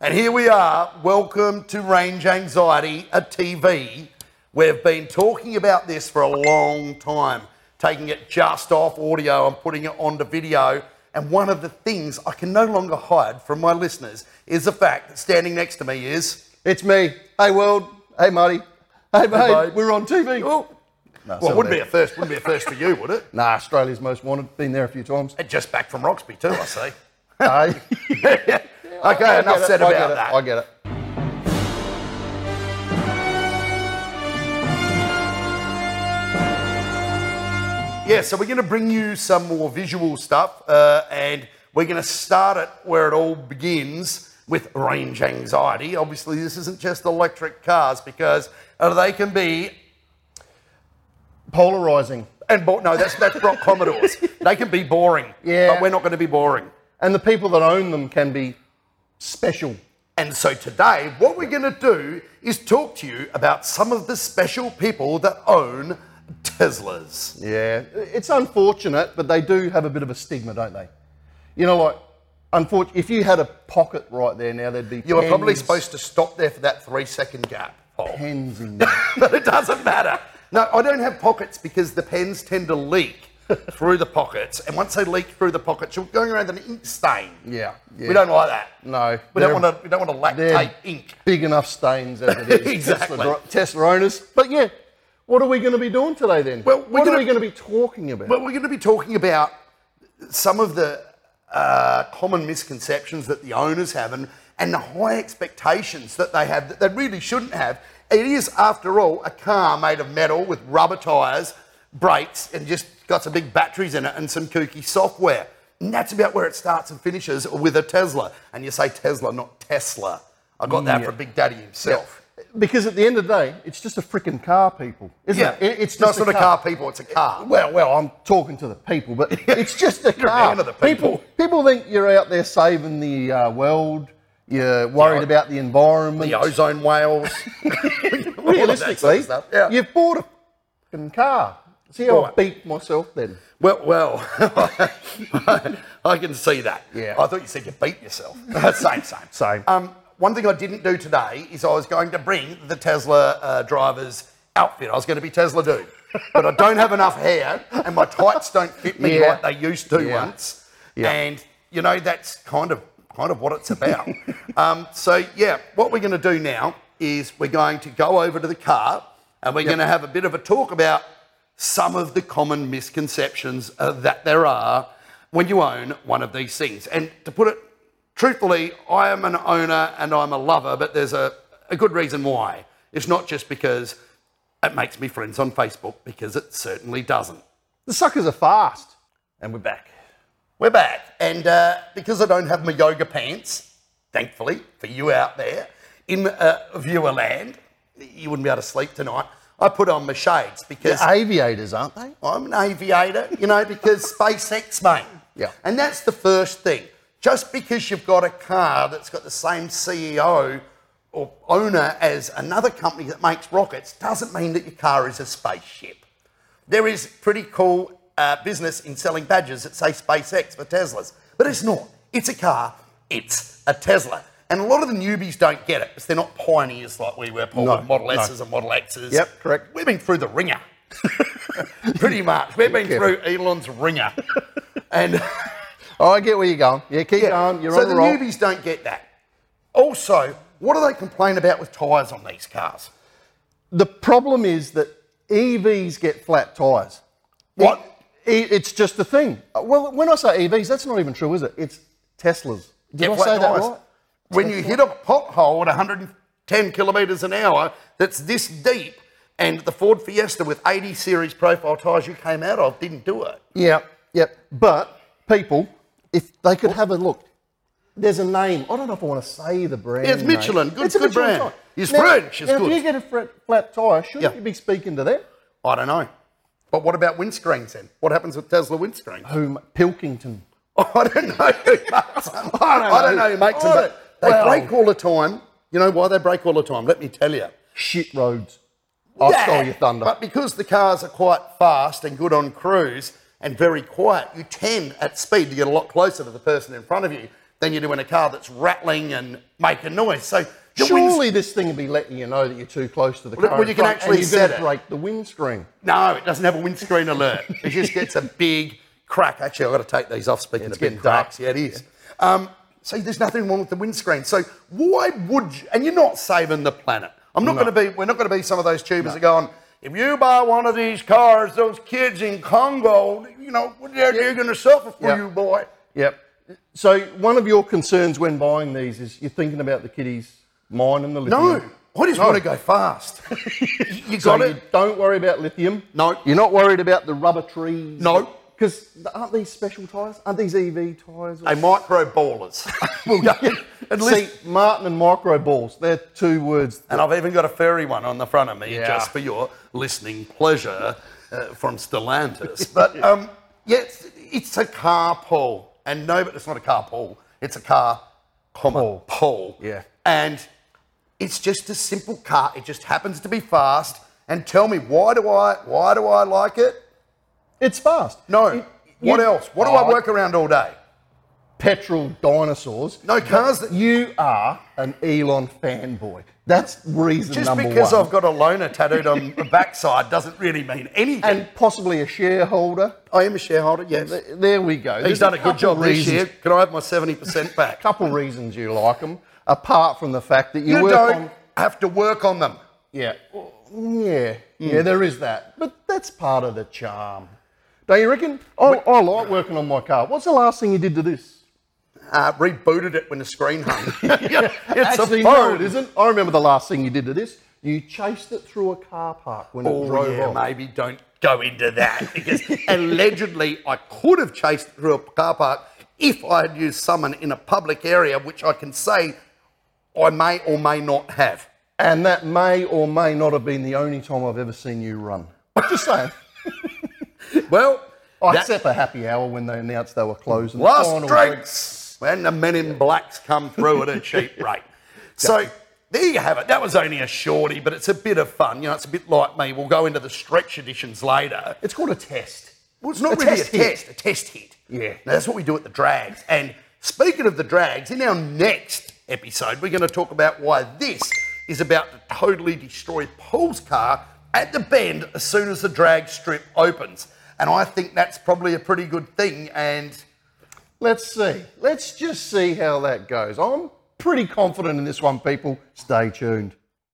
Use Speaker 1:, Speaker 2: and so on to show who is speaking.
Speaker 1: And here we are. Welcome to Range Anxiety, a TV. We've been talking about this for a long time, taking it just off audio and putting it onto video. And one of the things I can no longer hide from my listeners is the fact that standing next to me is.
Speaker 2: It's me. Hey, world. Hey, Marty. Hey, mate.
Speaker 1: mate.
Speaker 2: We're on TV.
Speaker 1: Oh,
Speaker 2: No,
Speaker 1: well, it
Speaker 2: it's not
Speaker 1: wouldn't be
Speaker 2: there.
Speaker 1: a first. Wouldn't be a first for you, would it?
Speaker 2: Nah, Australia's most wanted. Been there a few times.
Speaker 1: And just back from Roxby too, I see.
Speaker 2: hey. I
Speaker 1: okay,
Speaker 2: get
Speaker 1: enough
Speaker 2: it,
Speaker 1: said
Speaker 2: I
Speaker 1: about
Speaker 2: get it,
Speaker 1: that.
Speaker 2: I get it.
Speaker 1: Yeah, so we're going to bring you some more visual stuff, uh, and we're going to start it where it all begins with range anxiety. Obviously, this isn't just electric cars because uh, they can be,
Speaker 2: Polarizing.
Speaker 1: and bo- no, that's that's Brock Commodores. They can be boring,
Speaker 2: Yeah.
Speaker 1: but we're not going to be boring.
Speaker 2: And the people that own them can be special.
Speaker 1: And so today, what we're going to do is talk to you about some of the special people that own Teslas.
Speaker 2: Yeah. It's unfortunate, but they do have a bit of a stigma, don't they? You know, like, unfortunately, if you had a pocket right there now, there'd be
Speaker 1: You were probably
Speaker 2: tens-
Speaker 1: supposed to stop there for that three second gap. Paul.
Speaker 2: pens in there.
Speaker 1: but it doesn't matter. No, I don't have pockets because the pens tend to leak through the pockets. And once they leak through the pockets, you're going around with an ink stain.
Speaker 2: Yeah, yeah.
Speaker 1: We don't like that.
Speaker 2: No,
Speaker 1: We don't
Speaker 2: they're-
Speaker 1: want to we don't want to
Speaker 2: They're
Speaker 1: lactate ink.
Speaker 2: Big enough stains as it is.
Speaker 1: Exactly.
Speaker 2: Tesla, dri- Tesla owners. But yeah, what are we going to be doing today then?
Speaker 1: Well, we're
Speaker 2: what
Speaker 1: gonna-
Speaker 2: are we going to be talking about?
Speaker 1: But we're going to be talking about some of the uh, common misconceptions that the owners have and, and the high expectations that they have that they really shouldn't have. It is, after all, a car made of metal with rubber tyres, brakes, and just got some big batteries in it and some kooky software. And that's about where it starts and finishes with a Tesla. And you say Tesla, not Tesla. I got that from Big Daddy himself.
Speaker 2: because at the end of the day, it's just a freaking car, people, isn't
Speaker 1: Yeah,
Speaker 2: it? It-
Speaker 1: it's not sort of car people, it's a car.
Speaker 2: Well, well, I'm talking to the people, but it's just a
Speaker 1: You're a
Speaker 2: car.
Speaker 1: man of the people.
Speaker 2: people, people think you're out there saving the uh, world. You're worried
Speaker 1: o-
Speaker 2: about the environment.
Speaker 1: The ozone whales.
Speaker 2: Realistically,
Speaker 1: Yeah.
Speaker 2: you've bought a freaking car. See how I
Speaker 1: Right.
Speaker 2: beat myself then?
Speaker 1: Well, well, I can see that.
Speaker 2: Yeah.
Speaker 1: I thought you said you beat yourself. same, same,
Speaker 2: Same.
Speaker 1: Um, one thing I didn't do today is I was going to bring the Tesla uh, driver's outfit. I was going to be Tesla dude, but I don't have enough hair, and my tights don't fit me
Speaker 2: Yeah.
Speaker 1: like they used to
Speaker 2: Yeah.
Speaker 1: once.
Speaker 2: Yeah.
Speaker 1: And you know that's kind of kind of what it's about. um, so yeah, what we're going to do now is we're going to go over to the car, and we're going to have a bit of a talk about some of the common misconceptions uh, that there are when you own one of these things. And to put it truthfully, I am an owner and I'm a lover, but there's a, a good reason why. It's not just because it makes me friends on Facebook, because it certainly doesn't.
Speaker 2: The suckers are fast, and we're back.
Speaker 1: We're back, and uh, because I don't have my yoga pants, thankfully for you out there in uh, viewer land, you wouldn't be able to sleep tonight. I put on my shades because
Speaker 2: aviators, aren't they?
Speaker 1: I'm an aviator, you know, because SpaceX, mate.
Speaker 2: Yeah.
Speaker 1: And that's the first thing. Just because you've got a car that's got the same CEO or owner as another company that makes rockets doesn't mean that your car is a spaceship. There is pretty cool uh, business in selling badges that say SpaceX for Teslas, but it's not. It's a car, it's a Tesla. And a lot of the newbies don't get it because they're not pioneers like we were, Paul,
Speaker 2: No,
Speaker 1: with Model
Speaker 2: no.
Speaker 1: S's and Model X's.
Speaker 2: Yep, correct.
Speaker 1: We've been through the ringer. Pretty much. We've been
Speaker 2: Careful.
Speaker 1: through Elon's ringer. and
Speaker 2: Oh, I get where you're going. Yeah, keep going. You're
Speaker 1: so
Speaker 2: on
Speaker 1: the
Speaker 2: the roll.
Speaker 1: newbies don't get that. Also, what do they complain about with tyres on these cars?
Speaker 2: The problem is that EVs get flat tyres.
Speaker 1: What?
Speaker 2: It- it- it's just a thing. Uh, Well, when I say EVs, that's not even true, is it? It's Teslas. Did
Speaker 1: Get
Speaker 2: I
Speaker 1: flat
Speaker 2: say that
Speaker 1: tyres.
Speaker 2: right?
Speaker 1: When you hit a pothole at 110 kilometres an hour that's this deep, and the Ford Fiesta with 80 series profile tyres you came out of didn't do it.
Speaker 2: Yep, yep. But people, if they could have a look, there's a name. I don't know if I want to say the brand.
Speaker 1: Yeah, it's
Speaker 2: name.
Speaker 1: Michelin. Good-
Speaker 2: It's a
Speaker 1: good
Speaker 2: Michelin
Speaker 1: brand.
Speaker 2: tyre.
Speaker 1: It's
Speaker 2: Now-
Speaker 1: French, it's
Speaker 2: now,
Speaker 1: good.
Speaker 2: If you get a flat, flat tyre, shouldn't
Speaker 1: Yeah.
Speaker 2: you be speaking to them?
Speaker 1: I don't know. But what about windscreens then? What happens with Tesla windscreens?
Speaker 2: Whom Pilkington.
Speaker 1: I don't know who makes them. I don't know Oh, who makes them,
Speaker 2: I
Speaker 1: but they
Speaker 2: don't- well-
Speaker 1: break all the time. You know why they break all the time? Let me tell you.
Speaker 2: Shit roads. I stole your thunder.
Speaker 1: But because the cars are quite fast and good on cruise and very quiet, you tend at speed to get a lot closer to the person in front of you than you do in a car that's rattling and making noise. So your winds-
Speaker 2: Surely this thing will be letting you know that you're too close to the
Speaker 1: Well,
Speaker 2: car.
Speaker 1: well,
Speaker 2: in
Speaker 1: you can
Speaker 2: front
Speaker 1: actually
Speaker 2: and you're gonna
Speaker 1: set it.
Speaker 2: break the windscreen.
Speaker 1: no, it doesn't have a windscreen alert. It just gets a big crack. Actually, I've got to take these off. Speaking
Speaker 2: It's
Speaker 1: of big
Speaker 2: getting dark.
Speaker 1: cracks, yeah, it is. Um, so there's nothing wrong with the windscreen. So why would you, and you're not saving the planet. I'm not going to be. We're not going to be some of those tubers that go on. If you buy one of these cars, those kids in Congo, you know, they're, they're going to suffer for
Speaker 2: Yeah.
Speaker 1: you, boy.
Speaker 2: Yep. So one of your concerns when buying these is you're thinking about the kiddies' mine and the
Speaker 1: No,
Speaker 2: lithium.
Speaker 1: I just
Speaker 2: No.
Speaker 1: want to go fast. you
Speaker 2: So
Speaker 1: got
Speaker 2: you
Speaker 1: it.
Speaker 2: don't worry about lithium.
Speaker 1: No.
Speaker 2: You're not worried about the rubber trees.
Speaker 1: No.
Speaker 2: Because aren't these special tyres? Aren't these EV tyres?
Speaker 1: A micro ballers. We'll go- at least,
Speaker 2: See, Martin and micro balls, they're two words.
Speaker 1: and I've even got a furry one on the front of me
Speaker 2: Yeah.
Speaker 1: just for your listening pleasure uh, from Stellantis. But um, yeah, it's, it's a carpool, and no, but it's not a carpool. It's a car, comma,
Speaker 2: Pool.
Speaker 1: pole.
Speaker 2: Yeah.
Speaker 1: and it's just a simple car. It just happens to be fast. And tell me why do I why do I like it?
Speaker 2: It's fast.
Speaker 1: No.
Speaker 2: You-
Speaker 1: what
Speaker 2: you-
Speaker 1: else? What do I
Speaker 2: Oh,
Speaker 1: work around all day?
Speaker 2: Petrol dinosaurs.
Speaker 1: No cars that
Speaker 2: You are an Elon fanboy. That's reason
Speaker 1: Just
Speaker 2: number
Speaker 1: because
Speaker 2: one.
Speaker 1: I've got a loner tattooed on the backside doesn't really mean anything.
Speaker 2: and possibly a shareholder.
Speaker 1: I am a shareholder, yes.
Speaker 2: Th- There we go.
Speaker 1: He's done a good job this
Speaker 2: reasons,
Speaker 1: year. Can I have my 70% back?
Speaker 2: Couple reasons you like them, apart from the fact that you,
Speaker 1: You
Speaker 2: work
Speaker 1: don't
Speaker 2: on.
Speaker 1: have to work on them.
Speaker 2: Yeah, Well, yeah,
Speaker 1: Hmm.
Speaker 2: yeah. There is that, but that's part of the charm. Don't you reckon? I, I like working on my car. What's the last thing you did to this?
Speaker 1: Uh, rebooted it when the screen hung. it's
Speaker 2: Actually,
Speaker 1: a
Speaker 2: no, it
Speaker 1: phone.
Speaker 2: isn't. I remember the last thing you did to this. You chased it through a car park when it
Speaker 1: Oh,
Speaker 2: drove
Speaker 1: yeah,
Speaker 2: off.
Speaker 1: maybe don't go into that because allegedly I could have chased it through a car park if I had used someone in a public area, which I can say I may or may not have.
Speaker 2: And that may or may not have been the only time I've ever seen you run. Just saying.
Speaker 1: Well,
Speaker 2: Oh,
Speaker 1: that-
Speaker 2: except for happy hour when they announced they were closing.
Speaker 1: Last
Speaker 2: Final
Speaker 1: drinks. When the men in blacks come through at a cheap rate. So there you have it. That was only a shorty, but it's a bit of fun. You know, it's a bit like me. We'll go into the stretch editions later.
Speaker 2: It's called a test.
Speaker 1: Well, it's not
Speaker 2: A
Speaker 1: really
Speaker 2: test
Speaker 1: a
Speaker 2: hit.
Speaker 1: test, a test hit.
Speaker 2: Yeah.
Speaker 1: Now, that's what we do at the drags. And speaking of the drags, in our next episode, we're going to talk about why this is about to totally destroy Paul's car at the bend as soon as the drag strip opens. And I think that's probably a pretty good thing. And
Speaker 2: Let's see. Let's just see how that goes. I'm pretty confident in this one, people. Stay tuned.